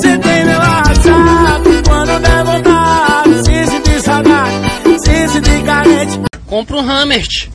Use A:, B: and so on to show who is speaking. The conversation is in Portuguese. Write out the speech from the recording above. A: Cê tem meu WhatsApp Quando der vontade Se sentir saudade Se sentir carente
B: Compra um Hammer.